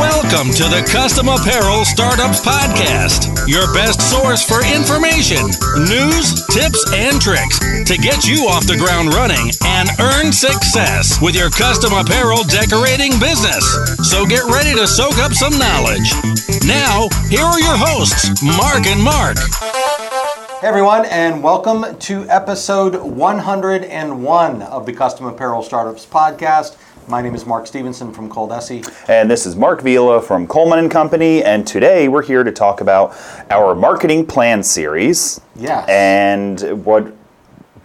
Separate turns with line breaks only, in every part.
Welcome to the Custom Apparel Startups Podcast, your best source for information, news, tips, and tricks to get you off the ground running and earn success with your custom apparel decorating business. So get ready to soak up some knowledge. Now, here are your hosts, Mark and Mark.
Hey everyone, and welcome to episode 101 of the Custom Apparel Startups Podcast. My name is Mark Stevenson from Cold Essie.
And this is Mark Vila from Coleman and Company, and today we're here to talk about our marketing plan series.
Yes.
And what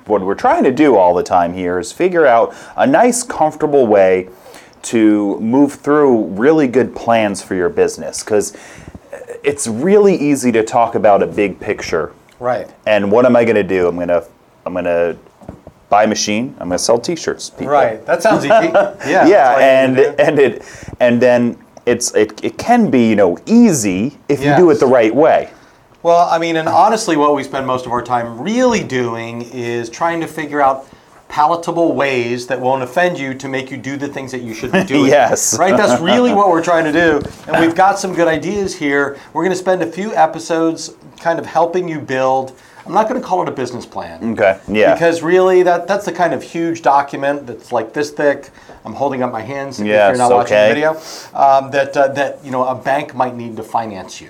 what we're trying to do all the time here is figure out a nice comfortable way to move through really good plans for your business cuz it's really easy to talk about a big picture.
Right.
And what am I going to do? I'm going to I'm going to buy a machine. I'm going to sell t-shirts. people.
Right. That sounds easy. Yeah.
yeah,
that's what I
and
need to do.
and it and then it's it, it can be you know easy if you do
Yes.
it the right way.
Well, I mean, and honestly, what we spend most of our time really doing is trying to figure out palatable ways that won't offend you to make you do the things that you should be doing.
Yes.
Right? That's really what we're trying to do. And we've got some good ideas here. We're going to spend a few episodes kind of helping you build. I'm not going to call it a business plan.
Okay. Yeah.
Because really, that that's the kind of huge document that's like this thick. I'm holding up my hands if
Yes,
you're not watching
okay.
the video. Um, that uh, that you know a bank might need to finance you,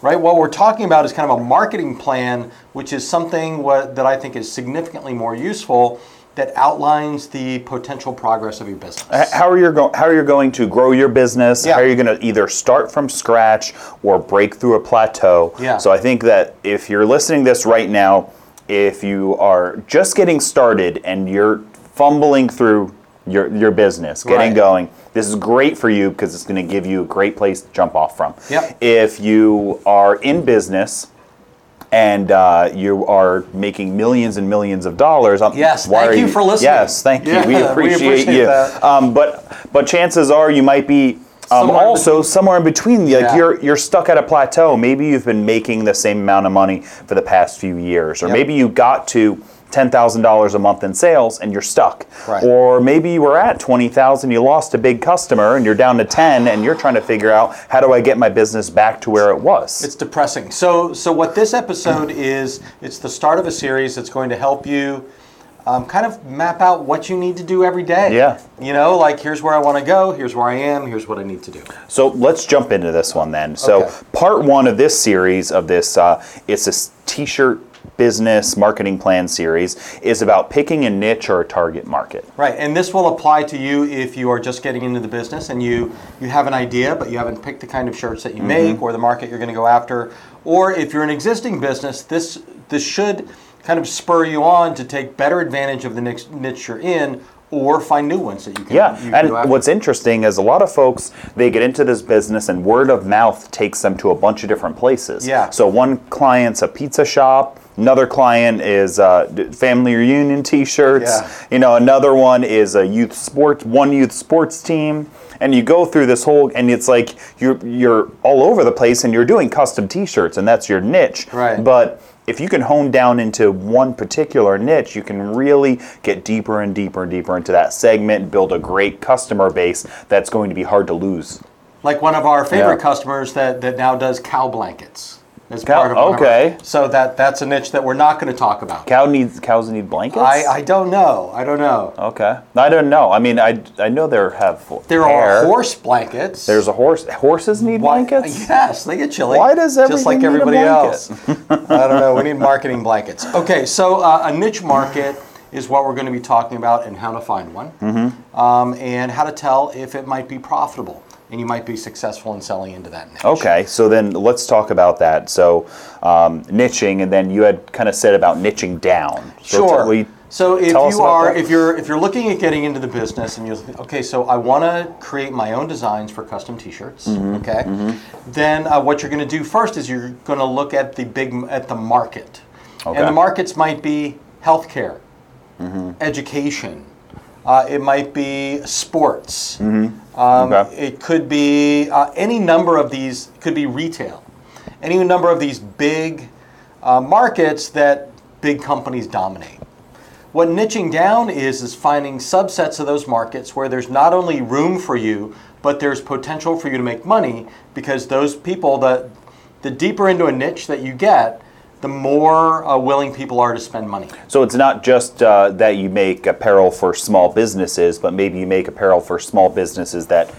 right? What we're talking about is kind of a marketing plan, which is something what, that I think is significantly more useful that outlines the potential progress of your business.
H- how are you going? How are you going to grow your business?
Yeah.
How are you going to either start from scratch or break through a plateau?
Yeah.
So I think that if you're listening this right now, if you are just getting started and you're fumbling through your your business, getting
Right.
going, this is great for you because it's going to give you a great place to jump off from.
Yep.
If you are in business. And uh, you are making millions and millions of dollars. um,
Yes,
why
thank
are
you for listening.
Yes, thank you.
Yeah,
we
we
appreciate,
appreciate
you.
that.
Um, but but chances are you might be um,
Somewhere in
also somewhere in between. Like
Yeah.
you're you're stuck at a plateau. Maybe you've been making the same amount of money for the past few years, or
Yep.
maybe you got to. Ten thousand dollars a month in sales, and you're stuck.
Right.
Or maybe you were at twenty thousand, you lost a big customer, and you're down to ten, and you're trying to figure out how do I get my business back to where it was.
It's depressing. So, so what this episode is, it's the start of a series that's going to help you um, kind of map out what you need to do every day.
Yeah.
You know, like here's where I want to go, here's where I am, here's what I need to do.
So let's jump into this one then. So
Okay.
part one of this series of this, uh, it's this T-shirt business marketing plan series is about picking a niche or a target market.
Right, and this will apply to you if you are just getting into the business and you you have an idea but you haven't picked the kind of shirts
Mm-hmm.
that you make or the market you're going to go after, or if you're an existing business, this this should kind of spur you on to take better advantage of the next niche you're in or find new ones that you can
Yeah,
you can
and
go after.
what's interesting is a lot of folks they get into this business and word of mouth takes them to a bunch of different places.
Yeah.
So one client's a pizza shop, another client is uh, d- family reunion T-shirts.
Yeah.
You know, another one is a youth sports one youth sports team, and you go through this whole and it's like you're you're all over the place and you're doing custom T-shirts and that's your niche.
Right.
But if you can hone down into one particular niche, you can really get deeper and deeper and deeper into that segment, and build a great customer base that's going to be hard to lose.
like one of our favorite
Yeah.
customers that, that now does cow blankets as
Cow-
part of one of our-
okay.
so that that's a niche that we're not going to talk about.
Cow needs cows need blankets.
I, I don't know. I don't know.
okay. I don't know. I mean, I, I know there have
There
hair.
are horse blankets.
There's a horse. Horses need
Why-
blankets.
Yes, they get chilly.
Why does
just
everything
like
need a
everybody
blanket?
else? I don't know. We need marketing blankets. Okay, so uh, a niche market is what we're going to be talking about and how to find one,
Mm-hmm.
um, and how to tell if it might be profitable and you might be successful in selling into that niche.
Okay, so then let's talk about that. So um, niching, and then you had kind of said about niching down. So
Sure.
t- will you
so if
tell us
you
about
are,
that?
if you're, if you're looking at getting into the business, and you're thinking, okay, so I want to create my own designs for custom T-shirts,
Mm-hmm.
okay, then uh, what you're going to do first is you're going to look at the big at the market,
Okay. Mm-hmm.
and the markets might be healthcare, education, uh, it might be sports, um,
Okay.
it could be uh, any number of these. it Could be retail, any number of these big uh, markets that big companies dominate. What niching down is is finding subsets of those markets where there's not only room for you, but there's potential for you to make money because those people that the deeper into a niche that you get, the more uh, willing people are to spend money.
So it's not just uh, that you make apparel for small businesses, but maybe you make apparel for small businesses that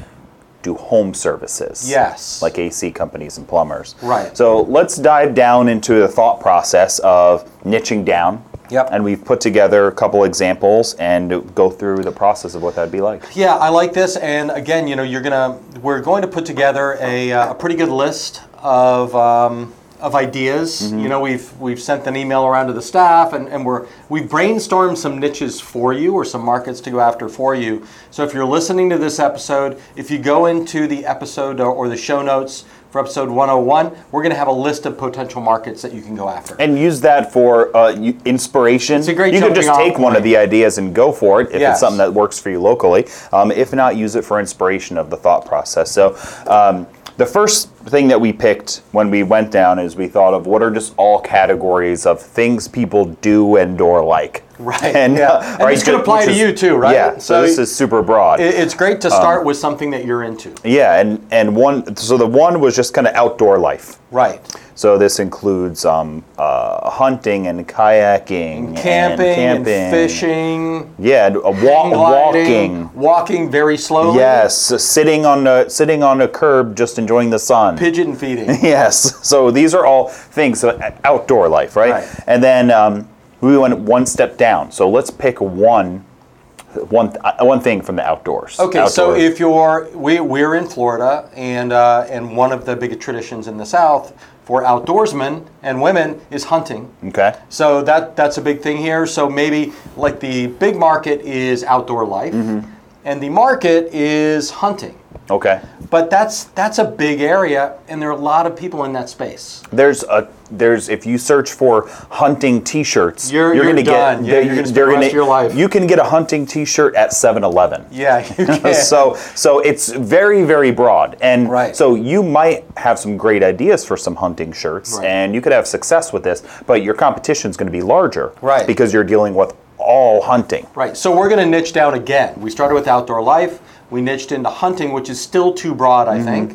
do home services.
Yes.
Like AC companies and plumbers.
Right.
So let's dive down into the thought process of niching down.
Yep.
And we've put together a couple examples and go through the process of what that'd be like.
Yeah, I like this. And again, you know, you're gonna we're going to put together a, uh, a pretty good list of um, of ideas.
Mm-hmm.
You know, we've we've sent an email around to the staff, and, and we're we've brainstormed some niches for you or some markets to go after for you. So if you're listening to this episode, if you go into the episode or, or the show notes for episode 101, we're gonna have a list of potential markets that you can go after.
And use that for uh, you- inspiration.
a great
you could just
jumping off
take one of
point.
the ideas and go for it if
Yes.
it's something that works for you locally. Um, if not, use it for inspiration of the thought process. So um, the first thing that we picked when we went down is we thought of what are just all categories of things people do and or like.
Right,
And,
yeah.
uh,
And
right,
this could
which
apply to
is-
you too, right?
Yeah.
So
So, this
y-
is super broad.
It- it's great to start with something that you're into.
yeah, Um, and and one so the one was just kind of outdoor life.
Right.
So this includes um, uh, hunting and kayaking, and
Camping, and
camping.
fishing.
Yeah, and a wa-
hang gliding,
walking.
walking very slowly.
Yes, so sitting on a sitting on a curb, just enjoying the sun.
Pigeon feeding.
Yes. So these are all things so uh, outdoor life, right?
Right.
And then um, we went one step down. So let's pick one, one, uh, one thing from the outdoors.
Okay, so
Outdoor-
if you're we we're in Florida, and uh, and one of the big traditions in the South for outdoorsmen and women is hunting.
okay,
So that that's a big thing here. So maybe like the big market is outdoor life,
Mm-hmm.
and the market is hunting.
okay.
But that's that's a big area, and there are a lot of people in that space.
There's a there's if you search for hunting T-shirts,
You're- you're
gonna
done.
get
Yeah, you're gonna spend the rest of your life.
You can get a hunting T-shirt at 7-Eleven.
Yeah, you can.
so so it's very very broad and
Right.
so you might have some great ideas for some hunting shirts
Right.
and you could have success with this but your competition is going to be larger
Right.
because you're dealing with all hunting
Right, so we're going to niche down again. We started with outdoor life, we niched into hunting, which is still too broad,
Mm-hmm.
I think.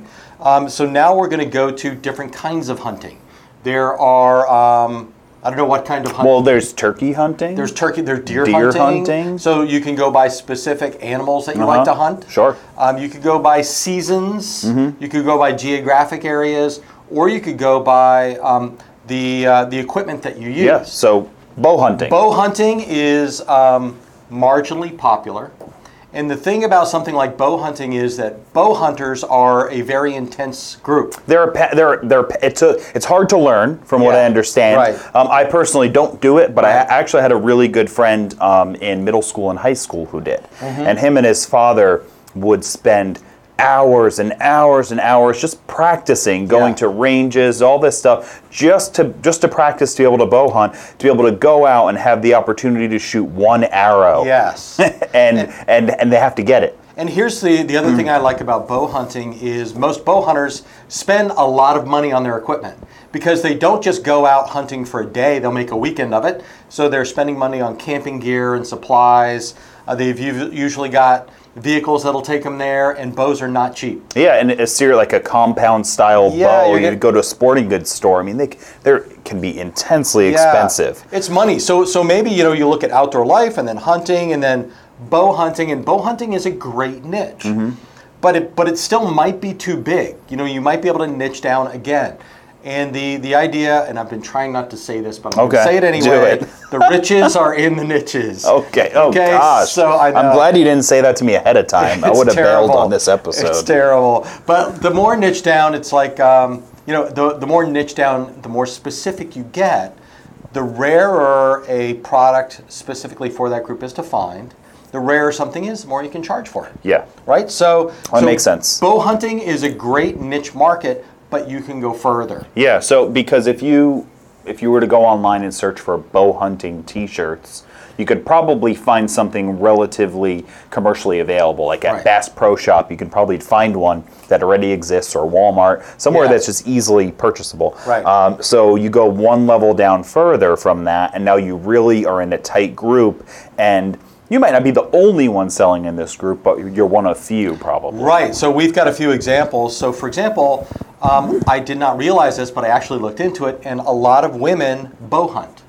Um, so now we're going to go to different kinds of hunting. There are, um, I don't know what kind of hunting.
well there's turkey hunting
there's turkey, there's deer,
deer
hunting.
hunting.
So you can go by specific animals that you like
Uh-huh,
to hunt.
sure. Mm-hmm.
Um, you could go by seasons, you could go by geographic areas, or you could go by um, the, uh, the equipment that you use.
yeah so bow hunting
Bow hunting is um, marginally popular. And the thing about something like bow hunting is that bow hunters are a very intense group.
There are, pa- there, are- there. are pa- It's a, it's hard to learn from what
Yeah,
I understand.
right.
Um, I personally don't do it, but I
Right.
actually had a really good friend um, in middle school and high school who did,
Mm-hmm.
and him and his father would spend hours and hours and hours just practicing, going
Yeah.
to ranges, all this stuff, just to just to practice to be able to bow hunt, to be able to go out and have the opportunity to shoot one arrow.
Yes.
And and and they have to get it.
and here's the, the other thing I like about bow hunting is most bow hunters spend a lot of money on their equipment because they don't just go out hunting for a day, they'll make a weekend of it. So they're spending money on camping gear and supplies. Uh, they've u- usually got vehicles that'll take them there, and bows are not cheap.
Yeah, and a serial like a compound style
Yeah,
bow.
you're
You
get-
go to a sporting goods store. I mean, they they can be intensely
Yeah.
expensive.
It's money. So so maybe you know you look at outdoor life and then hunting and then bow hunting and bow hunting is a great niche.
Mm-hmm.
But it but it still might be too big. You know, you might be able to niche down again. And the the idea and I've been trying not to say this, but I'm
Okay,
going to say it
do
anyway.
it.
the riches are in the niches.
Okay. Oh
Okay,
gosh.
so I know.
am glad you didn't say that to me ahead of time. I
It's
would have
terrible.
bailed on this episode.
It's terrible. But the more niche down, it's like um, you know, the the more niche down, the more specific you get, the rarer a product specifically for that group is to find. The rarer something is, the more you can charge for it.
Yeah.
Right. So
That
so
makes sense.
Bow hunting is a great niche market, but you can go further.
Yeah. So because if you if you were to go online and search for bow hunting t-shirts, you could probably find something relatively commercially available. Like at
Right.
Bass Pro Shop, you can probably find one that already exists, or Walmart, somewhere
Yeah.
that's just easily purchasable.
Right.
Um, so you go one level down further from that, and now you really are in a tight group, and you might not be the only one selling in this group, but you're one of few probably.
Right. So we've got a few examples. So, for example, um, I did not realize this, but I actually looked into it, and a lot of women bow hunt.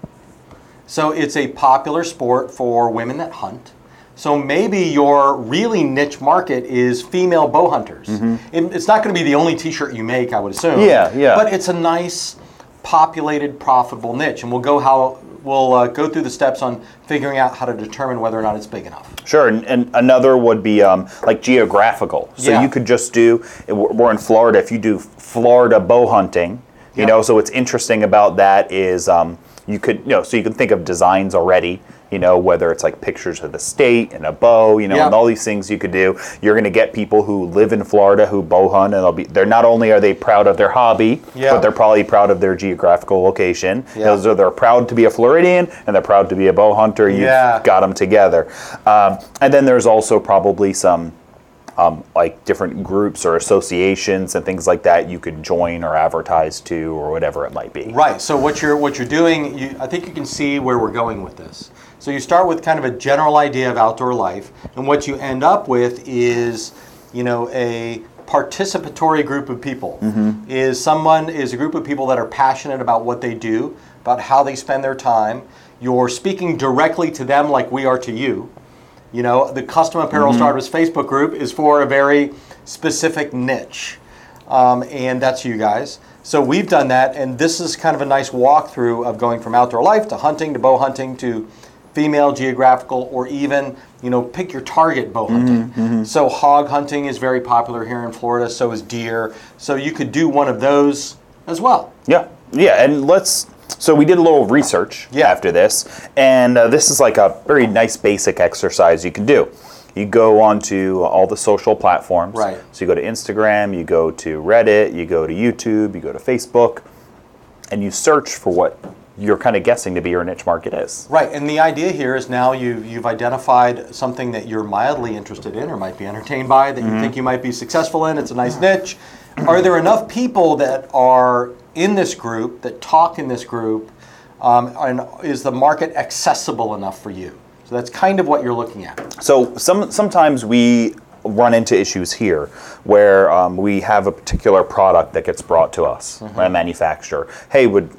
So, it's a popular sport for women that hunt. So, maybe your really niche market is female bow hunters. It- it's not going to be the only t shirt you make, I would assume.
Mm-hmm. Yeah, yeah.
But it's a nice, populated, profitable niche. And we'll go how. We'll uh, go through the steps on figuring out how to determine whether or not it's big enough.
Sure, and, and another would be um, like geographical. So
Yeah.
you could just do, we're in Florida, if you do Florida bow hunting, you
Yeah.
know, so what's interesting about that is um, you could, you know, so you can think of designs already, you know, whether it's like pictures of the state and a bow, you know, and
Yeah.
all these things you could do. You're going to get people who live in Florida who bow hunt, and they'll be, they're not only are they proud of their hobby,
Yeah.
but they're probably proud of their geographical location.
Yeah.
Those are, they're proud to be a Floridian and they're proud to be a bow hunter. You've
Yeah.
got them together. Um, and then there's also probably some um, like different groups or associations and things like that you could join or advertise to or whatever it might be.
Right. So what you're what you're doing, you, I think you can see where we're going with this. So you start with kind of a general idea of outdoor life, and what you end up with is, you know, a participatory group of people. Is someone is a group of people that are passionate about what they do, about how they spend their time. You're speaking directly to them like we are to you. You know, the Custom Apparel Starters Facebook group is for a very specific niche, um, and that's you guys. So we've done that, and this is kind of a nice walkthrough of going from outdoor life to hunting to bow hunting to female geographical or even you know pick your target bow hunting so hog hunting is very popular here in florida so is deer so you could do one of those as well
Yeah, yeah, and let's. So we did a little research
Yeah.
after this, and uh, this is like a very nice basic exercise you can do. You go onto all the social platforms.
Right.
So you go to Instagram, you go to Reddit, you go to YouTube, you go to Facebook, and you search for what you're kind of guessing to be your niche market is.
Right, and the idea here is now you've, you've identified something that you're mildly interested in or might be entertained by that
Mm-hmm.
you think you might be successful in. It's a nice niche. Are there enough people that are in this group, that talk in this group, um, and is the market accessible enough for you? So that's kind of what you're looking at.
So some sometimes we run into issues here where um, we have a particular product that gets brought to us
Mm-hmm.
by a manufacturer. Hey, would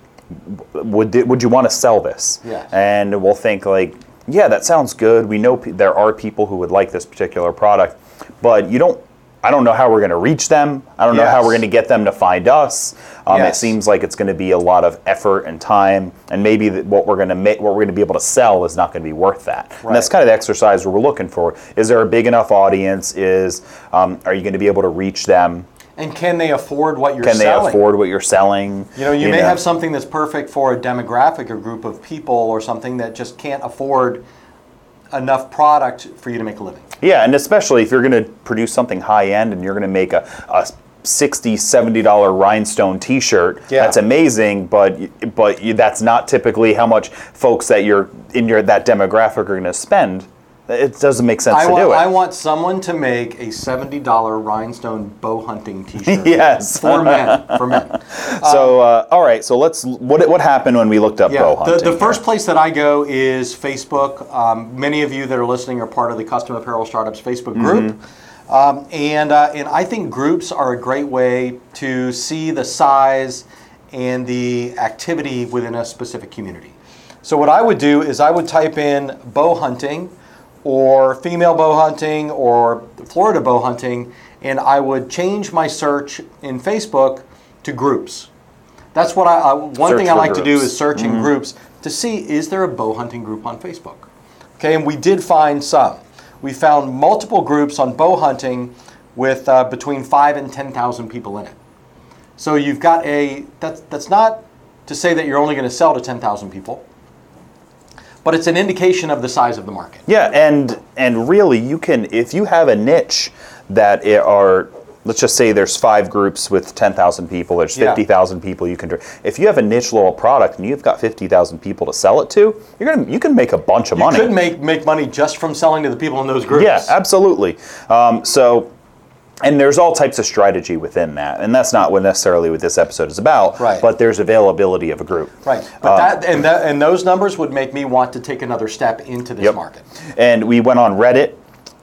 would th- would you want to sell this?
Yes.
And we'll think like, yeah, that sounds good. We know pe- there are people who would like this particular product, but you don't. I don't know how we're going to reach them. I don't know how
Yes.
we're going to get them to find us. Um,
Yes.
It seems like it's going to be a lot of effort and time, and maybe that what we're going to make, what we're going to be able to sell, is not going to be worth that. And that's
Right.
kind of the exercise we're looking for. Is there a big enough audience? Is um, are you going to be able to reach them?
And can they afford what you're
Can
selling?
they afford what you're selling?
You know, you, may have something that's perfect for a demographic or group of people or something that just can't afford enough product for you to make a living.
Yeah, and especially if you're going to produce something high end and you're going to make a, a 60 70 dollar rhinestone t-shirt
Yeah.
that's amazing but y- but you, that's not typically how much folks that you're in your that demographic are going to spend it doesn't make sense
I
to
want,
do it
I want someone to make a seventy dollar rhinestone bow hunting T-shirt.
Yes.
for men, for men.
So, uh, all right. So let's. What what happened when we looked up bow
um, Yeah,
hunting?
the, the first place that I go is Facebook. Um, many of you that are listening are part of the Custom Apparel Startups Facebook
Mm-hmm.
group, um, and uh, and I think groups are a great way to see the size and the activity within a specific community. So what I would do is I would type in bow hunting, or female bow hunting, or Florida bow hunting, and I would change my search in Facebook to groups. That's what I, I one
Search
thing I
for
like to do
groups. Mm-hmm.
is search in groups to see is there a bow hunting group on Facebook. Okay, and we did find some. We found multiple groups on bow hunting with uh, between five and ten thousand people in it. So you've got a that's that's not to say that you're only going to sell to ten thousand people, but it's an indication of the size of the market.
Yeah, and and really, you can if you have a niche that it are let's just say there's five groups with 10,000 people, there's
Yeah.
50,000 people you can dr- If you have a niche little product and you've got 50,000 people to sell it to, you're going to you can make a bunch of
You
money.
could make make money just from selling to the people in those groups.
Yeah, absolutely. Um, so, and there's all types of strategy within that, and that's not what necessarily what this episode is about.
Right.
But there's availability of a group.
Right,
Uh,
but that and that and those numbers would make me want to take another step into this
Yep.
market.
And we went on Reddit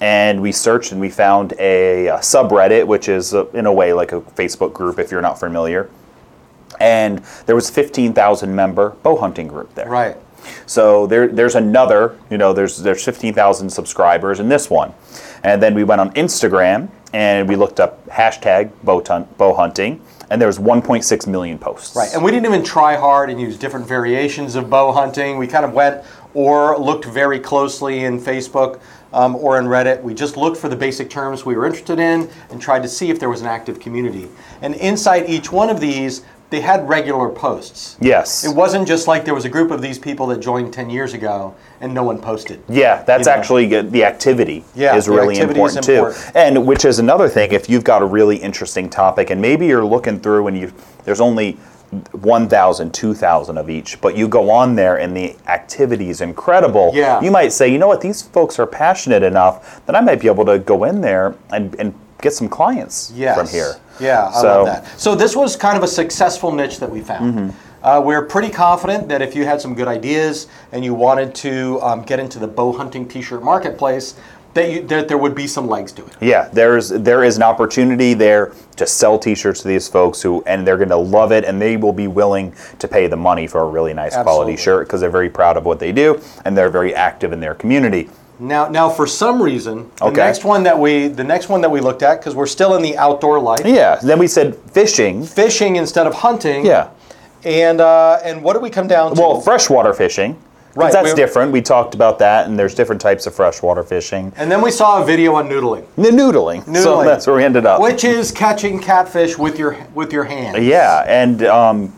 and we searched and we found a, uh subreddit, which is uh in a way like a Facebook group if you're not familiar. And there was 15,000 member bow hunting group there.
Right.
So there, there's another, you know, there's there's 15,000 subscribers in this one, and then we went on Instagram and we looked up hashtag bow, tun- bow hunting, and there was 1.6 million posts.
Right, and we didn't even try hard and use different variations of bow hunting. We kind of went or looked very closely in Facebook um, or in Reddit. We just looked for the basic terms we were interested in and tried to see if there was an active community. And inside each one of these, they had regular posts.
yes.
It wasn't just like there was a group of these people that joined 10 years ago and no one posted.
Yeah,
You
that's
know.
actually good. The activity
Yeah,
is
the
really
activity is
important,
important.
too. And which is another thing, if you've got a really interesting topic and maybe you're looking through and you there's only 1,000, 2,000 of each, but you go on there and the activity is incredible.
Yeah.
You might say, you know what, these folks are passionate enough that I might be able to go in there and, and get some clients
Yes.
from here.
Yeah, I
So-
love that. So this was kind of a successful niche that we found.
Mm-hmm.
Uh, we're pretty confident that if you had some good ideas and you wanted to um, get into the bow hunting T-shirt marketplace, that, you, that there would be some legs to it.
Yeah, there's there is an opportunity there to sell T-shirts to these folks who, and they're going to love it, and they will be willing to pay the money for a really nice
Absolutely.
quality shirt because they're very proud of what they do and they're very active in their community.
Now, now for some reason, the
Okay.
next one that we the next one that we looked at because we're still in the outdoor life,
Yeah. Then we said fishing.
fishing instead of hunting.
Yeah.
And uh, and what do we come down to?
Well, freshwater fishing. 'cause
Right,
That's
we're-
different. We talked about that, and there's different types of freshwater fishing.
and then we saw a video on noodling,
The noodling. So
Noodling.
that's where we ended up.
which is catching catfish with your with your hand.
Yeah, and um,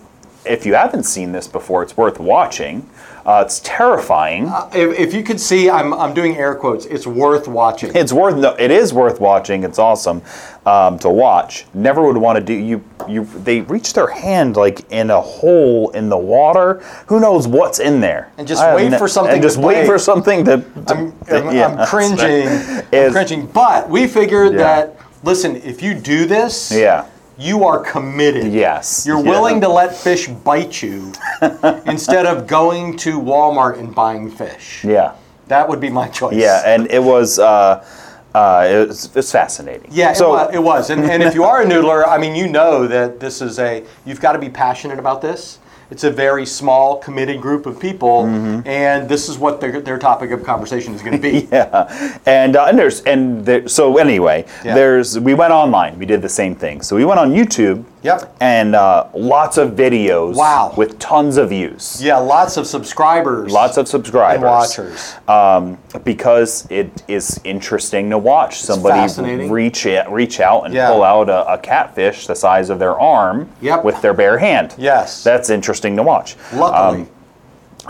if you haven't seen this before, it's worth watching. Uh, it's terrifying.
If, if you could see, I'm, I'm doing air quotes. It's worth watching.
It's worth no, it is worth watching. It's awesome um, to watch. Never would want to do you you they reach their hand like in a hole in the water. Who knows what's in there?
And just
I have
wait for something
And
to
just wait
play.
for something to. to-
I'm,
that-
I'm-
yeah.
I'm cringing. I'm
Is-
cringing. But we figured
Yeah.
that, listen, if you do this,
Yeah.
you are committed.
Yes.
You're
Yeah.
willing to let fish bite you instead of going to Walmart and buying fish.
Yeah,
That would be my choice.
yeah, and it was. Uh, uh, it was, it's fascinating.
Yeah, it
So
was. It was. And, and if you are a noodler, I mean, you know that this is a, you've got to be passionate about this. It's a very small, committed group of people, and this is what their, their topic of conversation is going to be.
Mm-hmm. yeah, and uh, and there's and there, so anyway,
Yeah.
there's we went online. We did the same thing. So we went on YouTube.
Yep.
And uh, lots of videos.
Wow.
With tons of views.
Yeah, lots of subscribers.
Lots of subscribers.
and watchers.
Um, because it is interesting to watch somebody
fascinating.
reach it, reach out and
Yeah.
pull out a, a catfish the size of their arm
Yep.
with their bare hand.
Yes.
That's interesting to watch.
Luckily.
Um,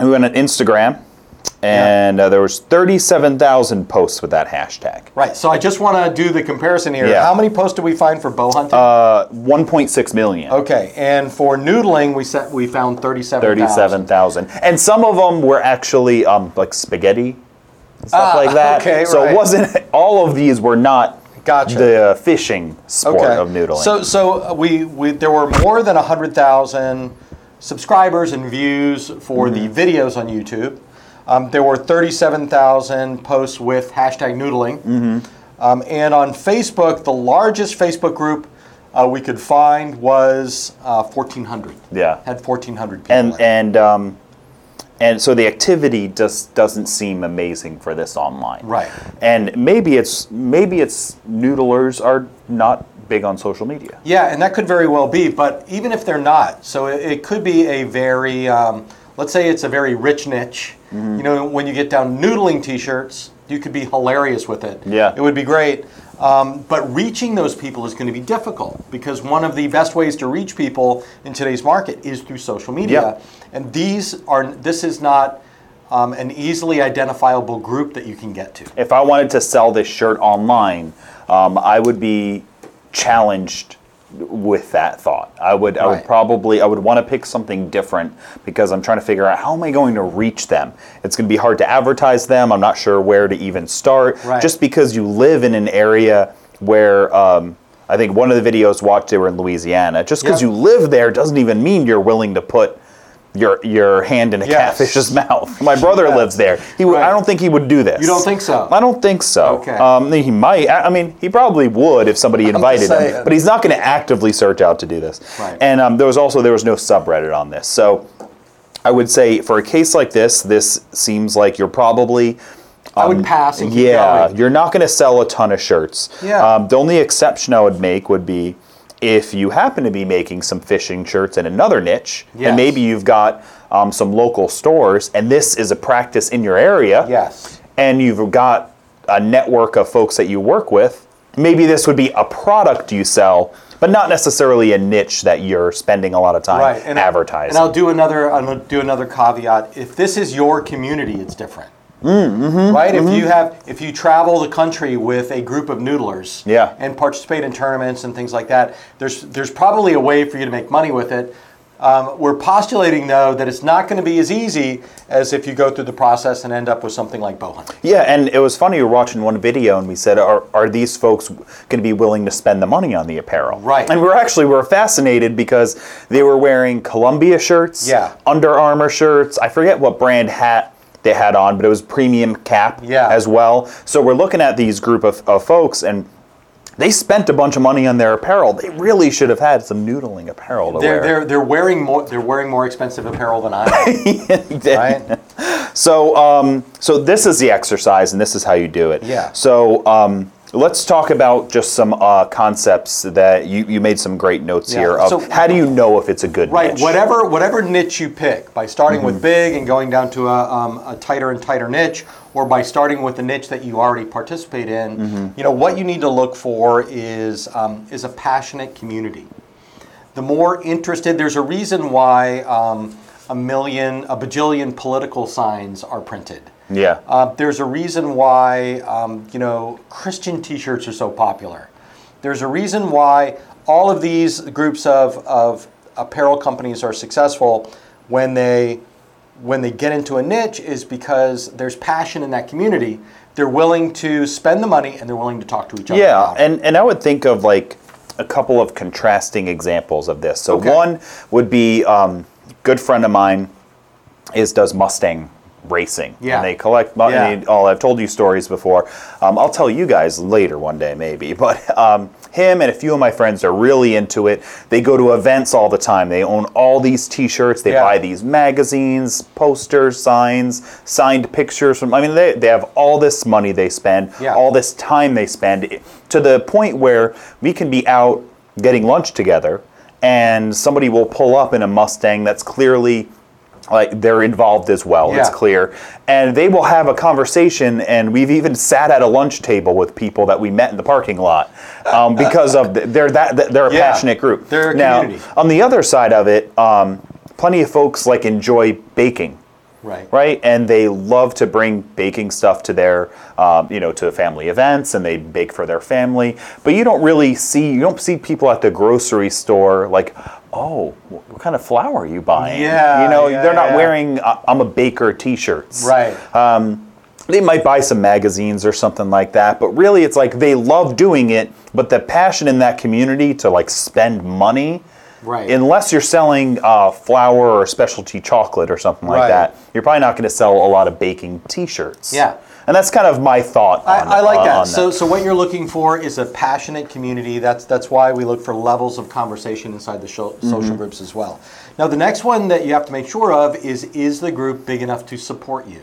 we went on Instagram, and uh, there was thirty-seven thousand posts with that hashtag.
right. So I just want to do the comparison here.
Yeah. Uh,
How many posts did we find for bow hunting?
One point six million.
okay, and for noodling, we set we found thirty-seven.
Thirty-seven thousand, and some of them were actually um, like spaghetti, and stuff like
Ah,
that.
okay,
so
right.
it wasn't all of these were not
Gotcha.
the fishing sport
Okay.
of noodling.
So so we, we there were more than hundred thousand subscribers and views for
Mm-hmm.
the videos on YouTube. Um, there were thirty-seven thousand posts with hashtag noodling.
Mm-hmm.
Um, and on Facebook, the largest Facebook group uh, we could find was uh, 1,400.
Yeah.
Had 1,400 people.
and
in it.
and um, and so the activity just doesn't seem amazing for this online.
Right.
And maybe it's maybe it's noodlers are not big on social media.
Yeah, and that could very well be, but even if they're not, so it, it could be a very, um, let's say it's a very rich niche.
Mm-hmm.
You know, when you get down noodling t shirts, you could be hilarious with it.
Yeah.
It would be great. Um, but reaching those people is going to be difficult because one of the best ways to reach people in today's market is through social media.
Yeah.
And these are, this is not um, an easily identifiable group that you can get to.
If I wanted to sell this shirt online, um, I would be challenged with that thought. I would I would
Right.
probably I would want to pick something different because I'm trying to figure out how am I going to reach them. It's going to be hard to advertise them. I'm not sure where to even start.
Right.
Just because you live in an area where um, I think one of the videos watched they were in Louisiana. Just because
Yep.
you live there doesn't even mean you're willing to put your your hand in a
Yes.
catfish's mouth. My brother
Yes.
lives there. He would I
Right.
don't think he would do this.
You don't think so?
I don't think so.
Okay.
Um, he might. I I mean, he probably would if somebody invited
say,
him, but he's not going to actively search out to do this.
Right.
And um, there was also there was no subreddit on this, so I would say for a case like this, this seems like you're probably.
I would pass and keep
Um, yeah,
going.
you're not going to sell a ton of shirts.
Yeah.
Um, the only exception I would make would be if you happen to be making some fishing shirts in another niche,
Yes.
and maybe you've got um, some local stores, and this is a practice in your area
Yes.
and you've got a network of folks that you work with, maybe this would be a product you sell, but not necessarily a niche that you're spending a lot of time
Right. I-
advertising.
and I'll do another. I'll do another caveat. If this is your community, it's different. right? If you have, if you travel the country with a group of noodlers,
Yeah.
and participate in tournaments and things like that, there's there's probably a way for you to make money with it. Um, we're postulating though that it's not going to be as easy as if you go through the process and end up with something like bow hunting.
yeah, and it was funny. We were watching one video, and we said, "Are are these folks going to be willing to spend the money on the apparel?"
Right.
And we were actually we were fascinated because they were wearing Columbia shirts,
Yeah.
Under Armour shirts. I forget what brand hat they had on, but it was premium cap
Yeah.
as well. So we're looking at these group of, of folks and. They spent a bunch of money on their apparel. They really should have had some noodling apparel to
They're,
wear.
they're, they're wearing more they're wearing more expensive apparel than I am, right?
So, um, so this is the exercise, and this is how you do it.
Yeah.
So, um, let's talk about just some uh, concepts that you, you made some great notes
Yeah.
here. Of
So-
how do you know if it's a good
Right.
niche? Mm-hmm.
Whatever whatever niche you pick, by starting with big and going down to a, um, a tighter and tighter niche, or by starting with a niche that you already participate in,
Mm-hmm.
you know what you need to look for is um, is a passionate community. The more interested, there's a reason why um, a million, a bajillion political signs are printed.
Yeah.
Uh, there's a reason why um, you know Christian T-shirts are so popular. There's a reason why all of these groups of, of apparel companies are successful when they when they get into a niche is because there's passion in that community. They're willing to spend the money and they're willing to talk to each other.
Yeah,
about it.
and, and I would think of like a couple of contrasting examples of this. So
Okay.
one would be um, good friend of mine is does Mustang racing.
Yeah.
And they collect mu-
Yeah.
and they- all I've told you stories before. Um, I'll tell you guys later one day maybe. But um, him and a few of my friends are really into it. They go to events all the time. They own all these T-shirts. They
Yeah.
buy these magazines, posters, signs, signed pictures from. I mean, they, they have all this money they spend,
Yeah.
all this time they spend it- to the point where we can be out getting lunch together and somebody will pull up in a Mustang that's clearly like they're involved as well. It's
Yeah.
clear. And they will have a conversation and we've even sat at a lunch table with people that we met in the parking lot um, because of th- they're that they're a
Yeah.
passionate group.
They're a
now,
community.
on the other side of it, um, plenty of folks like enjoy baking
right.
right? And they love to bring baking stuff to their, um, you know, to family events, and they bake for their family. But you don't really see, you don't see people at the grocery store like, oh, wh- what kind of flour are you buying?
Yeah,
you know,
yeah,
they're not
yeah.
wearing uh, I'm a baker T-shirts,
Right.
Uh, They might buy some magazines or something like that, but really, it's like they love doing it. But the passion in that community to like spend money.
Right.
Unless you're selling uh, flour or specialty chocolate or something like
Right.
that, you're probably not going to sell a lot of baking T-shirts.
Yeah.
And that's kind of my thought. On, uh,
I, I like
on
that. So, so what you're looking for is a passionate community. That's that's why we look for levels of conversation inside the sho-
Mm-hmm.
social groups as well. Now, the next one that you have to make sure of is is the group big enough to support you?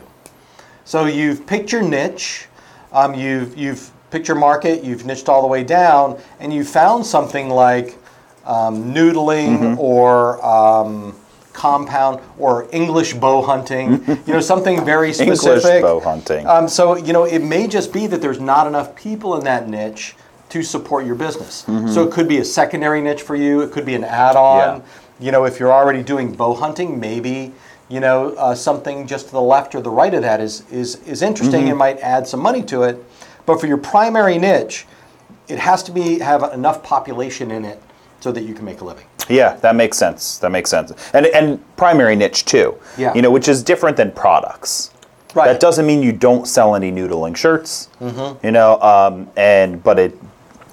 So you've picked your niche, um, you've you've picked your market, you've niched all the way down, and you found something like um, noodling
Mm-hmm.
or um, compound or English bow hunting. you know, something very
English
specific.
bow hunting.
Um, so you know, it may just be that there's not enough people in that niche to support your business.
Mm-hmm.
So it could be a secondary niche for you. It could be an add-on. You know, if you're already doing bow hunting, maybe you know uh, something just to the left or the right of
Mm-hmm.
that is is is interesting and might add some money to it. But for your primary niche, it has to be have enough population in it so that you can make a living.
Yeah, that makes sense. That makes sense. And and primary niche too.
Yeah.
You know, which is different than products.
Right.
That doesn't mean you don't sell any noodling shirts.
Mm-hmm.
You know, um, and but it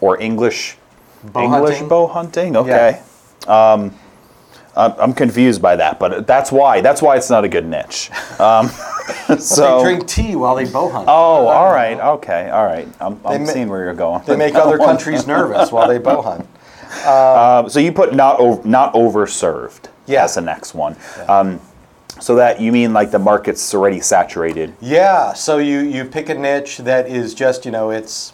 or English
Bow
English
hunting.
bow hunting. Okay. Um, I'm, I'm confused by that, but that's why that's why it's not a good niche. Um, so.
they drink tea while they bow hunt.
Oh, all right. Okay. All right. I'm, I'm
ma-
seeing where you're going.
They make other countries nervous while they bow hunt.
Uh, so you put not over, not overserved
Yeah.
as the next one. Um, so that you mean like the market's already saturated.
Yeah, so you you pick a niche that is just you know it's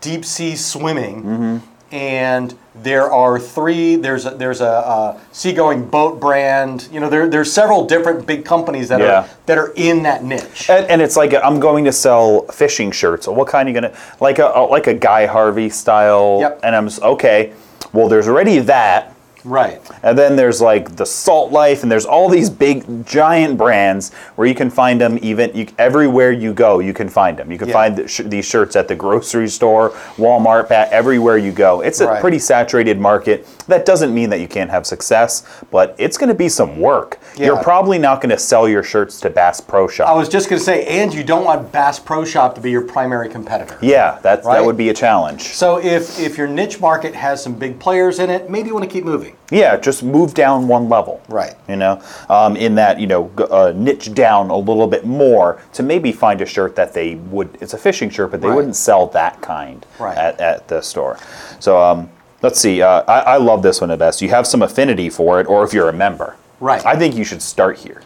deep sea swimming, Mm-hmm. and there are three. There's a, there's a, uh seagoing boat brand. You know there there's several different big companies that
Yeah.
are that are in that niche.
And, and it's like I'm going to sell fishing shirts. So what kind are you gonna like a like a Guy Harvey style?
Yep.
And I'm s okay. Well, there's already that,
Right.
and then there's like the Salt Life, and there's all these big giant brands where you can find them. Even you, everywhere you go, you can find them. You can
Yeah.
find the sh- these shirts at the grocery store, Walmart, ba- everywhere you go. It's a
Right.
pretty saturated market. That doesn't mean that you can't have success, but it's going to be some work. You're
Yeah.
probably not going to sell your shirts to Bass Pro Shop.
I was just gonna say, and you don't want Bass Pro Shop to be your primary competitor.
Yeah, that that
Right?
would be a challenge.
So if if your niche market has some big players in it, maybe you want to keep moving.
Yeah, just move down one level.
Right.
You know, um, in that you know g- uh, niche down a little bit more to maybe find a shirt that they would. It's a fishing shirt, but they
Right.
wouldn't sell that kind
Right.
at, at the store. So um, let's see. Uh, I, I love this one the best. You have some affinity for it, or if you're a member.
Right.
I think you should start here.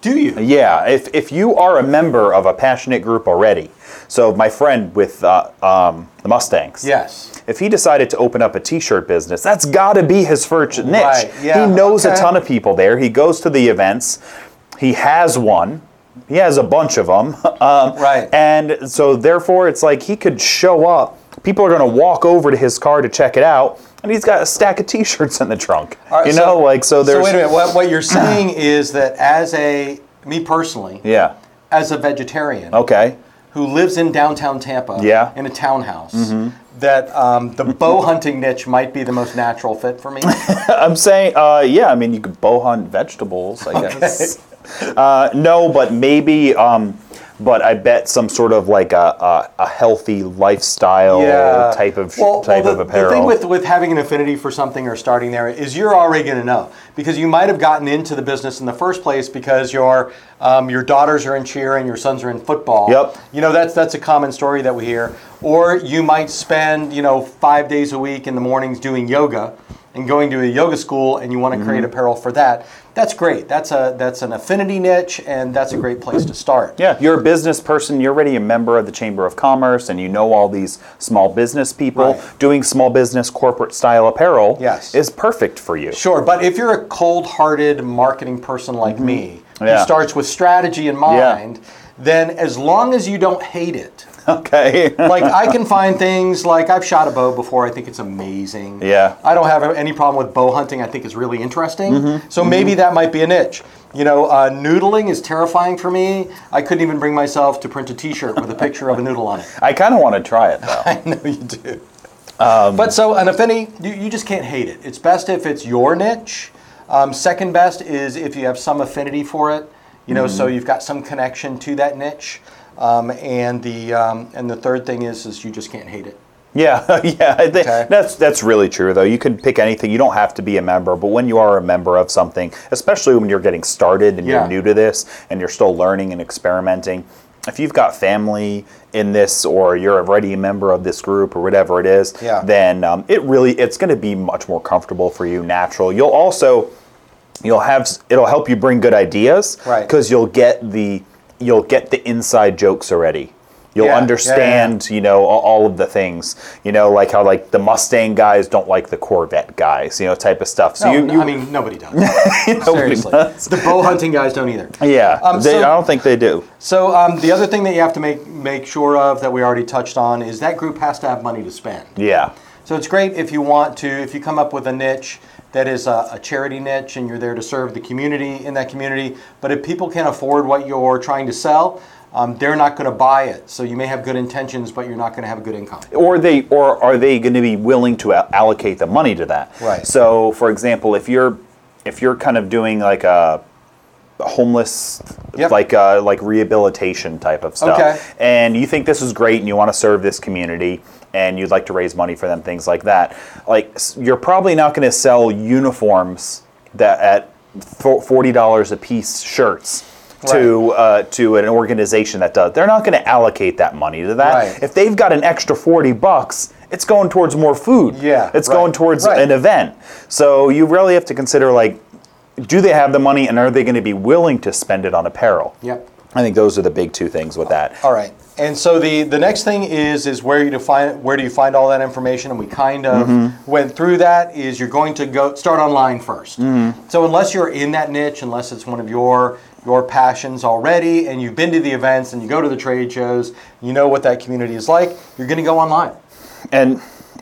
Do you?
Yeah, if, if you are a member of a passionate group already, so my friend with uh, um, the Mustangs.
Yes.
If he decided to open up a T-shirt business, that's got to be his first niche.
Right, yeah,
he knows a
okay.
ton of people there. He goes to the events. He has one. He has a bunch of them. Um,
Right.
And so therefore, it's like he could show up. People are going to walk over to his car to check it out, and he's got a stack of T-shirts in the trunk.
All right,
you know, like so. There's
So wait a minute. What, what you're saying is that as a me personally,
yeah.
as a vegetarian
Okay.
who lives in downtown Tampa,
Yeah. Mm-hmm.
in a townhouse, that um, the bow hunting niche might be the most natural fit for me.
I'm saying, uh, yeah, I mean, you could bow hunt vegetables, I guess. Uh, no, but maybe, um, but I bet some sort of like a, a, a healthy lifestyle type of
Well-
type
well,
of
the,
apparel.
The thing with with having an affinity for something or starting there is you're already going to know because you might have gotten into the business in the first place because your um, your daughters are in cheer and your sons are in football.
Yep.
You know that's that's a common story that we hear. Or you might spend you know five days a week in the mornings doing yoga and going to a yoga school and you want to
Mm-hmm.
create apparel for that. That's great. That's a that's an affinity niche and that's a great place to start.
yeah, you're a business person. You're already a member of the Chamber of Commerce, and you know all these small business people
Right.
doing small business corporate style apparel.
Yes.
is perfect for you.
Sure, but if you're a cold-hearted marketing person like me,
Mm-hmm. Yeah.
who starts with strategy in mind, then as long as you don't hate it,
Okay.
like I can find things like I've shot a bow before. I think it's amazing.
Yeah.
I don't have any problem with bow hunting. I think it's really interesting.
Mm-hmm.
So maybe that might be a niche. You know, uh, noodling is terrifying for me. I couldn't even bring myself to print a T-shirt with a picture of a noodle on it.
I kind of want to try it though.
I know you do. Um, but so an affinity, you, you just can't hate it. It's best if it's your niche. Um, second best is if you have some affinity for it, you know, so
Mm-hmm.
you've got some connection to that niche. Um, and the um, and the third thing is is you just can't hate it.
Yeah, yeah, I think
Okay.
that's that's really true though. You can pick anything. You don't have to be a member, but when you are a member of something, especially when you're getting started and
Yeah.
you're new to this and you're still learning and experimenting, if you've got family in this or you're already a member of this group or whatever it is,
Yeah.
then um, it really it's going to be much more comfortable for you, natural. You'll also you'll have s- it'll help you bring good ideas
Right.
because you'll get the you'll get the inside jokes already you'll
Yeah, yeah, yeah,
understand you know all, all of the things you know like how like the mustang guys don't like the corvette guys you know type of stuff so
No,
you,
no,
you
I mean nobody does. Seriously,
does.
the bow hunting guys don't either.
yeah
Um,
they,
so-
i don't think they do
So um, the other thing that you have to make make sure of that we already touched on is that group has to have money to spend.
yeah
So it's great if you want to, if you come up with a niche that is a, a charity niche and you're there to serve the community in that community. But if people can't afford what you're trying to sell, um, they're not going to buy it. So you may have good intentions, but you're not going to have a good income.
or they or are they going to be willing to a- allocate the money to that
Right.
so for example if you're if you're kind of doing like a homeless
Yep.
like uh, like rehabilitation type of stuff
Okay.
and you think this is great and you want to serve this community and you'd like to raise money for them things like that like s- you're probably not going to sell uniforms that at fo- $40 a piece shirts to uh, to an organization that does they're not going to allocate that money to that
Right.
if they've got an extra 40 bucks, it's going towards more food.
Yeah,
It's
right,
going towards
right.
an event. So you really have to consider like, do they have the money and are they going to be willing to spend it on apparel?
Yep.
I think those are the big two things with that.
All right. And so the, the next thing is is where you define where do you find all that information? And we kind of went through that. Is you're going to go start online 1st So unless you're in that niche, unless it's one of your your passions already, and you've been to the events and you go to the trade shows, you know what that community is like. You're going to go online.
and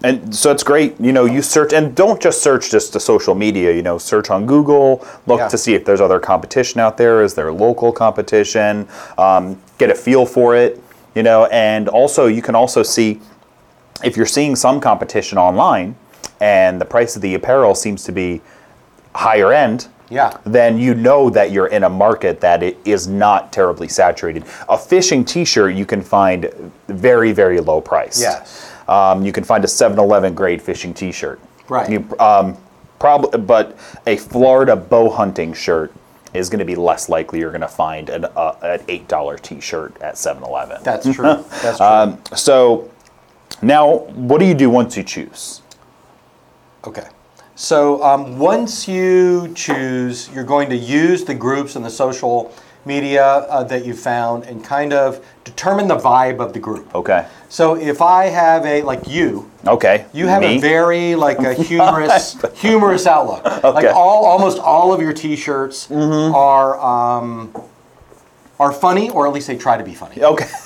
and so it's great you know you search and don't just search just the social media you know search on google look
Yeah.
to see if there's other competition out there is there local competition um, get a feel for it you know and also you can also see if you're seeing some competition online and the price of the apparel seems to be higher end
Yeah.
then you know that you're in a market that it is not terribly saturated. A fishing T-shirt you can find very very low price.
Yes.
um, you can find a 7-Eleven grade fishing T-shirt.
Right.
You, um, prob- but a Florida bow hunting shirt is going to be less likely you're going to find an, uh, an eight dollar T-shirt at 7-Eleven.
That's true. That's true.
so now, what do you do once you choose?
Okay. So um, once you choose, you're going to use the groups and the social media uh, that you found and kind of determine the vibe of the group.
Okay.
So if I have a, like you,
Okay.
you have
Me?
a very like a humorous humorous outlook. Like
Okay.
all almost all of your t-shirts are um, are funny or at least they try to be funny.
okay.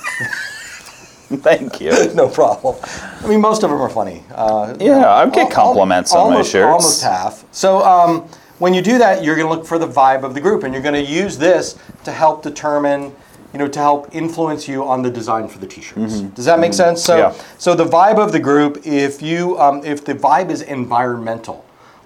Thank you.
No problem. I mean most of them are funny. Uh,
Yeah, I
Al-
get compliments on my
almost-
shirts.
Almost half. So um, when you do that, you're going to look for the vibe of the group, and you're going to use this to help determine, you know, to help influence you on the design for the t-shirts. Does that make sense? So,
Mm-hmm. Yeah.
so the vibe of the group. If you, um, if the vibe is environmental,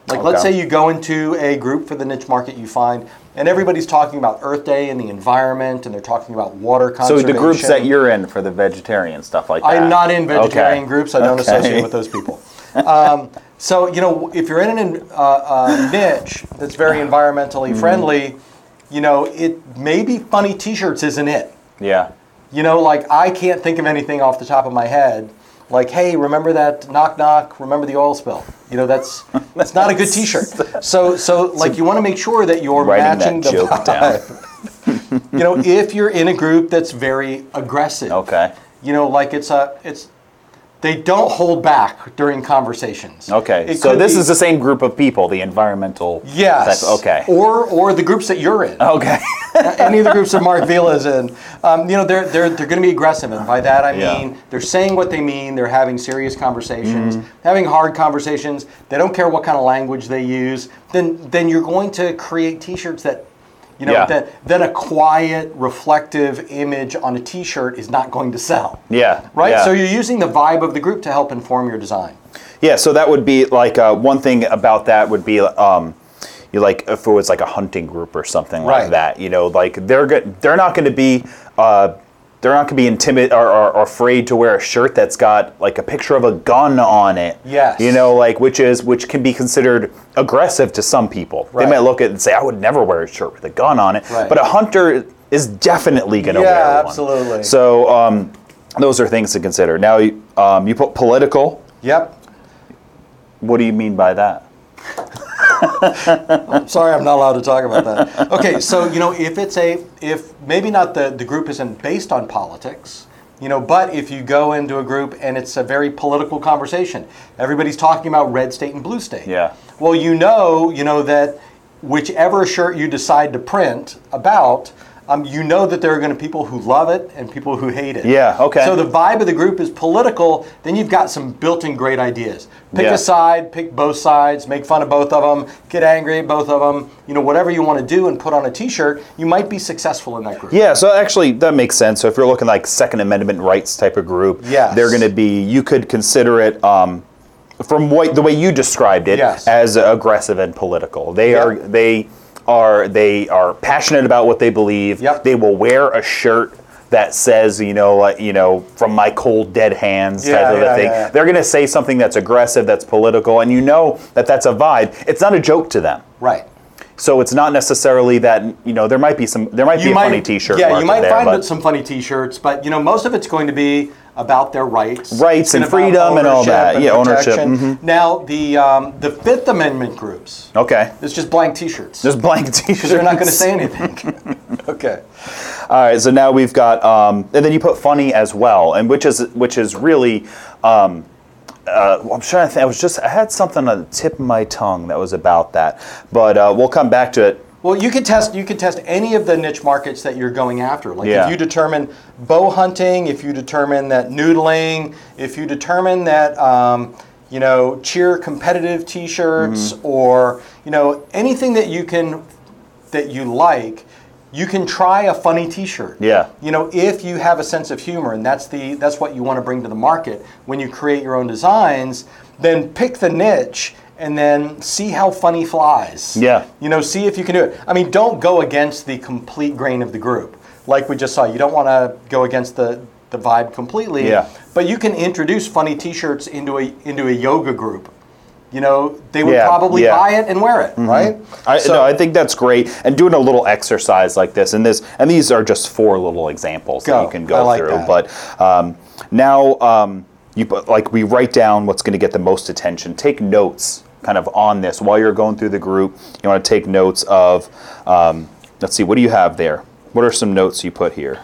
like let's
Okay.
say you go into a group for the niche market you find, and everybody's talking about Earth Day and the environment, and they're talking about water
So
conservation.
the groups that you're in for the vegetarian stuff like that.
I'm not in vegetarian
Okay.
groups. I don't
Okay.
associate with those people. Um, so you know, if you're in an uh, uh, niche that's very environmentally
Mm-hmm.
friendly, you know, it maybe funny T-shirts isn't it.
Yeah.
You know, like I can't think of anything off the top of my head. Like, hey, remember that knock knock? Remember the oil spill? You know, that's that's not a good T-shirt. So, so like, you want to make sure that you're
Writing
matching
that
the
joke
vibe.
down.
You know, if you're in a group that's very aggressive,
Okay.
you know, like it's a it's they don't hold back during conversations.
Okay.
It
so
could
this
be-
is the same group of people, the environmental.
yes.
That's okay.
Or or the groups that you're in.
okay.
Any of the groups that Mark Vila is in, um, you know, they're they're they're going to be aggressive, and by that I
Yeah.
mean they're saying what they mean. They're having serious conversations,
Mm-hmm.
having hard conversations. They don't care what kind of language they use. Then then you're going to create T-shirts that. You know,
Yeah.
that, that a quiet, reflective image on a t shirt is not going to sell.
yeah.
Right?
Yeah.
So you're using the vibe of the group to help inform your design.
Yeah, so that would be like uh, one thing about that would be um, you like if it was like a hunting group or something
Right.
like that. You know, like they're go- they're not going to be uh, they're not going to be intimidated or, or, or afraid to wear a shirt that's got like a picture of a gun on it.
Yes.
you know, like which is which can be considered aggressive to some people.
Right.
They might look at it and say, "I would never wear a shirt with a gun on it,"
Right.
but a hunter is definitely going to
Yeah,
wear one.
absolutely.
So um, those are things to consider. Now um, you put political.
Yep.
What do you mean by that?
Sorry, I'm not allowed to talk about that. Okay, so you know, if it's a, if maybe not the the group isn't based on politics, you know, but if you go into a group and it's a very political conversation, everybody's talking about red state and blue state.
Yeah.
Well, you know, you know that whichever shirt you decide to print about. um, you know that there are going to be people who love it and people who hate it.
Yeah, okay.
So the vibe of the group is political, then you've got some built-in great ideas. Pick
Yeah.
a side, pick both sides, make fun of both of them, get angry at both of them. You know, whatever you want to do and put on a T-shirt, you might be successful in that group.
Yeah, so actually that makes sense. So if you're looking like Second Amendment rights type of group,
Yes.
they're going to be. You could consider it um, from what the way you described it
Yes.
as aggressive and political. They
Yep.
are they are they are passionate about what they believe.
Yep.
They will wear a shirt that says you know like, you know from my cold dead hands
Yeah,
type of
yeah,
a thing.
yeah, yeah.
They're going to say something that's aggressive, that's political, and you know that that's a vibe. It's not a joke to them.
Right.
So it's not necessarily that you know there might be some there might be a funny T-shirt.
Yeah, you
market
might
there,
find
but-
that some funny T-shirts, but you know most of it's going to be about their rights,
Rights and
about
freedom and all
ownership
that.
and
Yeah, ownership, mm-hmm.
protection. Now the um, the Fifth Amendment groups,
Okay.
it's just blank T-shirts
Just blank t-shirts.
because they're not going to say anything. okay.
All right, so now we've got, um, and then you put funny as well, and which is which is really. Um, uh, I'm trying to think. I was just I had something on the tip of my tongue that was about that, but uh, we'll come back to it.
Well, you could test you could test any of the niche markets that you're going after. Like
Yeah.
if you determine bow hunting, if you determine that noodling, if you determine that um, you know cheer competitive T-shirts
Mm-hmm.
or you know anything that you can that you like, you can try a funny T-shirt.
Yeah.
You know if you have a sense of humor and that's the that's what you want to bring to the market when you create your own designs, then pick the niche and then see how funny flies.
Yeah.
You know, see if you can do it. I mean, don't go against the complete grain of the group, like we just saw. You don't want to go against the, the vibe completely.
Yeah.
But you can introduce funny T-shirts into a into a yoga group. You know, they would
Yeah,
probably
yeah. Mm-hmm.
buy it and wear it, right?
I,
So-
no, I think that's great. And doing a little exercise like this, and this, and these are just four little examples that
Go.
you can
I
go
like
through.
that.
But um, now, um, you put, like we write down what's going to get the most attention. Take notes, kind of on this while you're going through the group. You want to take notes of. Um, let's see, what do you have there? What are some notes you put here?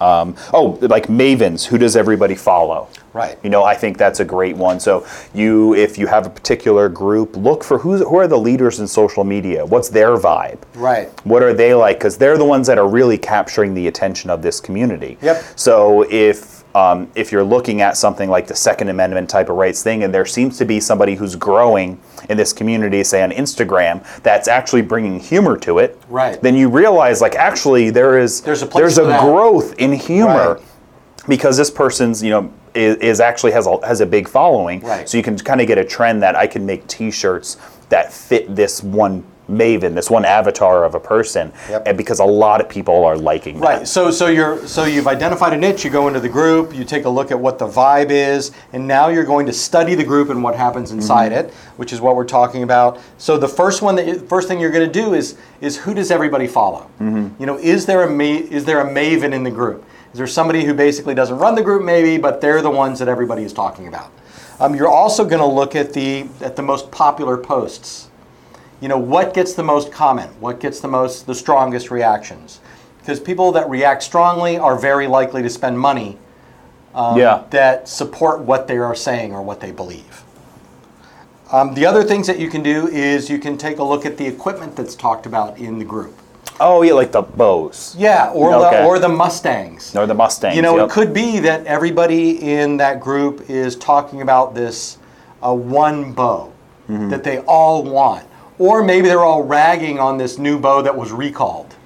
Um, oh, like mavens. Who does everybody follow?
Right.
You know, I think that's a great one. So you, if you have a particular group, look for who's, who are the leaders in social media. What's their vibe?
Right.
What are they like? Because they're the ones that are really capturing the attention of this community.
Yep.
So if um, if you're looking at something like the Second Amendment type of rights thing, and there seems to be somebody who's growing in this community, say on Instagram, that's actually bringing humor to it.
Right.
Then you realize, like, actually, there is
There's a place
there's
for
a
that.
growth in humor
Right.
because this person's you know is, is actually has a, has a big following
Right.
so you can kind of get a trend that i can make t-shirts that fit this one maven this one avatar of a person
Yep.
and because a lot of people are liking that.
Right. So so you're so you've identified a niche. You go into the group. You take a look at what the vibe is, and now you're going to study the group and what happens inside it, which is what we're talking about. So the first one that you, first thing you're going to do is is who does everybody follow? You know, is there a ma- is there a maven in the group? Is there somebody who basically doesn't run the group maybe, but they're the ones that everybody is talking about? Um, you're also going to look at the at the most popular posts you know what gets the most comment what gets the most the strongest reactions because people that react strongly are very likely to spend money
yeah
that support what they are saying or what they believe um, the other things that you can do is you can take a look at the equipment that's talked about in the group
oh yeah like the bows
yeah or,
Okay.
the, or the mustangs
or the mustangs
you know
yep.
it could be that everybody in that group is talking about this uh, one bow
Mm-hmm.
that they all want or maybe they're all ragging on this new bow that was recalled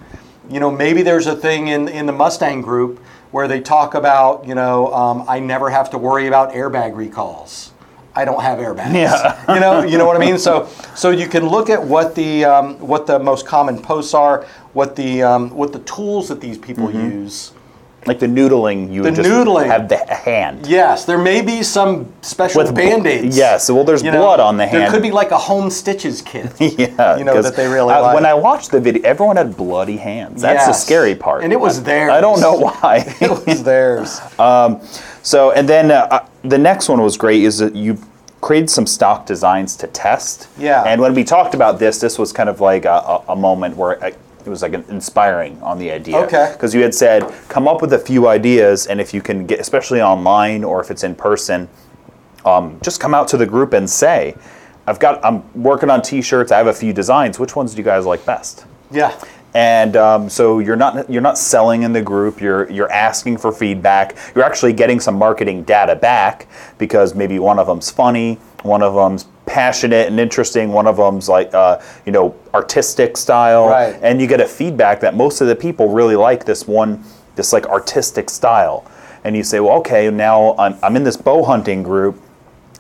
you know maybe there's a thing in, in the mustang group where they talk about you know um, i never have to worry about airbag recalls i don't have airbags
Yeah.
you know you know what i mean so so you can look at what the um, what the most common posts are what the um, what the tools that these people
Mm-hmm.
use
like the noodling you would just
noodling.
have the hand
Yes, there may be some special
With bl-
band-aids.
yes, well, there's blood on the
There
hand.
could be like a home stitches kit.
Yeah,
you know
'cause
that they really
I-
like.
When I watched the video, everyone had bloody hands. That's the
Yes.
scary part.
And it was theirs.
I don't know why.
it was theirs.
So, and then uh, uh, the next one was great is that you created some stock designs to test.
Yeah.
And when we talked about this, this was kind of like a, a, a moment where I, it was like an inspiring on the idea.
Okay.
Because you had said, come up with a few ideas, and if you can get, especially online or if it's in person, um, just come out to the group and say, I've got, I'm working on t shirts, I have a few designs. Which ones do you guys like best?
yeah.
and um, so you're not you're not selling in the group. You're you're asking for feedback. You're actually getting some marketing data back because maybe one of them's funny, one of them's passionate and interesting, one of them's like uh, you know artistic style,
Right.
and you get a feedback that most of the people really like this one, this like artistic style. And you say, well, okay, now I'm, I'm in this bow hunting group,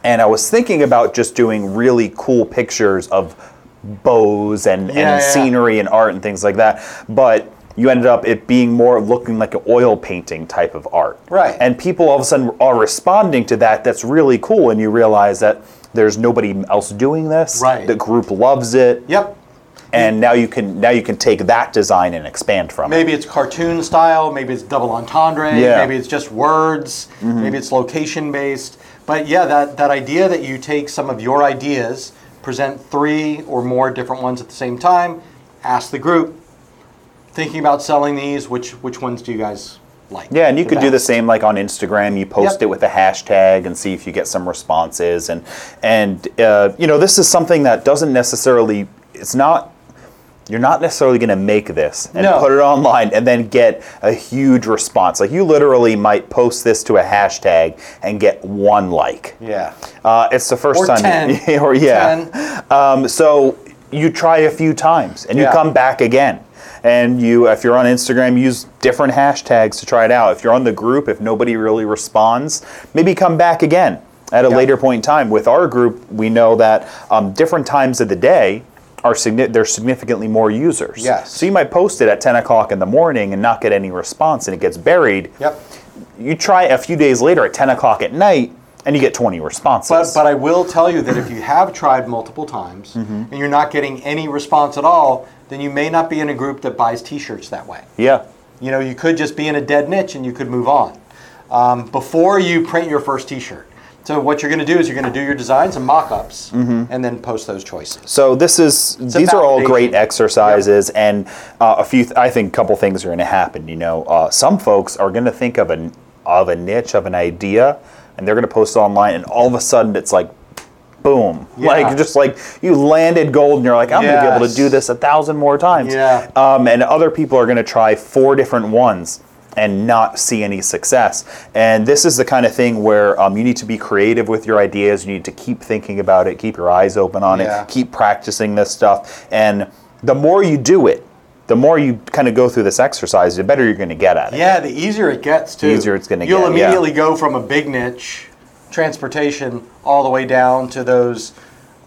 and I was thinking about just doing really cool pictures of bows and,
Yeah, yeah.
and scenery and art and things like that. But you ended up it being more looking like an oil painting type of art.
Right.
And people all of a sudden are responding to that. That's really cool. And you realize that there's nobody else doing this.
Right.
The group loves it.
Yep.
And now you can now you can take that design and expand from it.
Maybe it's cartoon style, maybe it's double entendre,
Yeah. Mm-hmm.
maybe it's just words, maybe it's location based. But yeah, that, that idea that you take some of your ideas, present three or more different ones at the same time, ask the group, thinking about selling these, which which ones do you guys like?
Yeah, and you could do the
best?"
same like on Instagram. You post
Yep.
it with a hashtag and see if you get some responses. And and uh, you know this is something that doesn't necessarily it's not you're not necessarily going to make this and
No.
put it online and then get a huge response. Like you literally might post this to a hashtag and get one like.
Yeah.
Uh, it's the first
Or
time.
10.
or yeah.
10.
Um, so you try a few times and
Yeah.
you come back again. And you, if you're on Instagram, use different hashtags to try it out. If you're on the group, if nobody really responds, maybe come back again at a
Yeah.
later point in time. With our group, we know that um, different times of the day are signi- there's significantly more users.
Yes.
So you might post it at 10 o'clock in the morning and not get any response, and it gets buried.
Yep.
You try a few days later at 10 o'clock at night, and you get 20 responses.
But, but I will tell you that if you have tried multiple times and you're not getting any response at all, then you may not be in a group that buys t shirts that way.
yeah.
You know, you could just be in a dead niche and you could move on um, before you print your first t shirt. So, what you're going to do is you're going to do your designs and mock ups and then post those choices.
So this is these are all
validation.
great exercises, and uh, a few. Th- I think a couple things are going to happen. You know, uh, some folks are going to think of an of a niche of an idea, and they're going to post it online, and all of a sudden it's like, boom!
Yeah.
Like just like you landed gold, and you're like, I'm going to be able
Yes.
to do this a thousand more times.
Yeah.
Um, and other people are going to try four different ones and not see any success. And this is the kind of thing where um, you need to be creative with your ideas. You need to keep thinking about it, keep your eyes open on
Yeah.
it, keep practicing this stuff. And the more you do it, the more you kind of go through this exercise, the better you're going to get at it.
Yeah, the easier it gets, too.
Easier it's gonna
You'll
get, yeah.
immediately go from a big niche, transportation, all the way down to those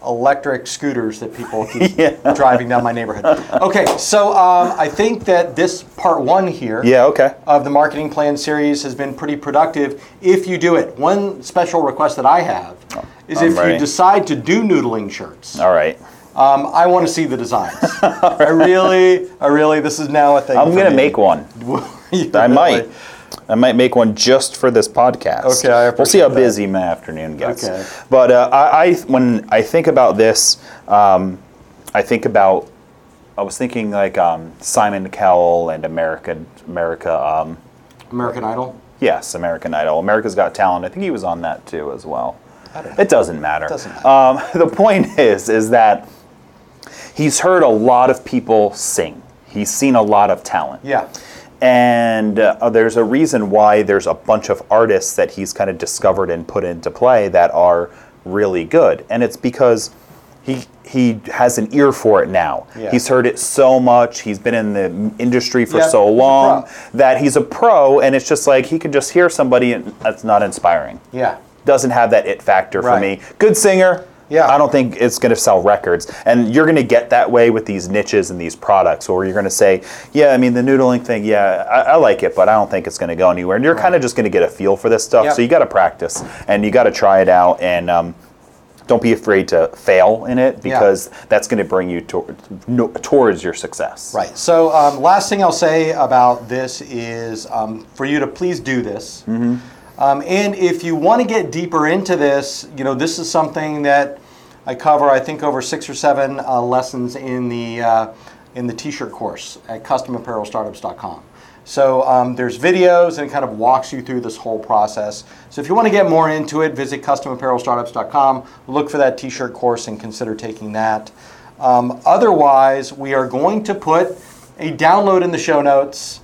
electric scooters that people keep driving down my neighborhood. Okay, so um, I think that this part one here.
Yeah, okay.
of the marketing plan series has been pretty productive if you do it. One special request that I have is
Oh, I'm
if you
ready.
decide to do noodling shirts,
all right.
um, I want to see the designs. I really, I really, this is now a thing.
I'm
for
going to
me.
make one.
You
I might.
really-
I might make one just for this podcast.
Okay, I
we'll
appreciate
see how
that.
busy my afternoon gets.
Okay.
But uh, I, I, when I think about this, um, I think about. I was thinking like um, Simon Cowell and America, America. Um,
American Idol.
yes, American Idol. America's Got Talent. I think he was on that too as well.
I don't know.
It doesn't matter.
Doesn't matter.
Um, the point is, is that he's heard a lot of people sing. He's seen a lot of talent.
Yeah.
And uh, there's a reason why there's a bunch of artists that he's kind of discovered and put into play that are really good. And it's because he he has an ear for it now.
Yeah.
He's heard it so much. He's been in the m- industry for
Yeah,
so
he's a
long
pro.
that he's a pro and it's just like he can just hear somebody and that's not inspiring.
Yeah.
Doesn't have that it factor for
Right.
me. Good singer.
Yeah.
I don't think it's going to sell records. And you're going to get that way with these niches and these products, or you're going to say, yeah, I mean, the noodling thing, yeah, I, I like it, but I don't think it's going to go anywhere. And you're kind of just going to get a feel for this stuff.
Yep.
So you got to practice and you got to try it out. And um, don't be afraid to fail in it
Yeah.
because that's going to bring you to, no, towards your success.
Right. So, um, last thing I'll say about this is um, for you to please do this. Um, and if you want to get deeper into this, you know, this is something that I cover, I think, over six or seven uh, lessons in the uh, in the T-shirt course at CustomApparelStartups.com. So um, there's videos and it kind of walks you through this whole process. So if you want to get more into it, visit CustomApparelStartups.com. Look for that T-shirt course and consider taking that. Um, otherwise, we are going to put a download in the show notes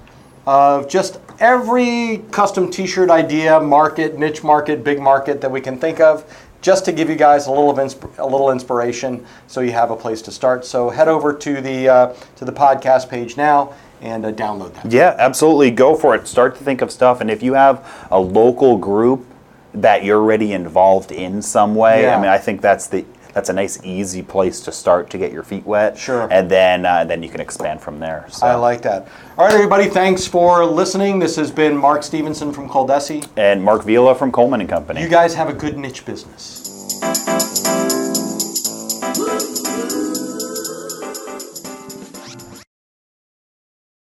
of just every custom t-shirt idea, market, niche market, big market that we can think of, just to give you guys a little of insp- a little inspiration, so you have a place to start. So head over to the uh, to the podcast page now and uh, download that.
Yeah, absolutely. Go for it. Start to think of stuff. And if you have a local group that you're already involved in some way,
Yeah.
I mean, I think that's the that's a nice, easy place to start to get your feet wet.
Sure.
And then uh, then you can expand from there. So.
I like that. All right, everybody, thanks for listening. This has been Mark Stevenson from Coldesi.
and Mark Vila from Coleman and Company.
You guys have a good niche business.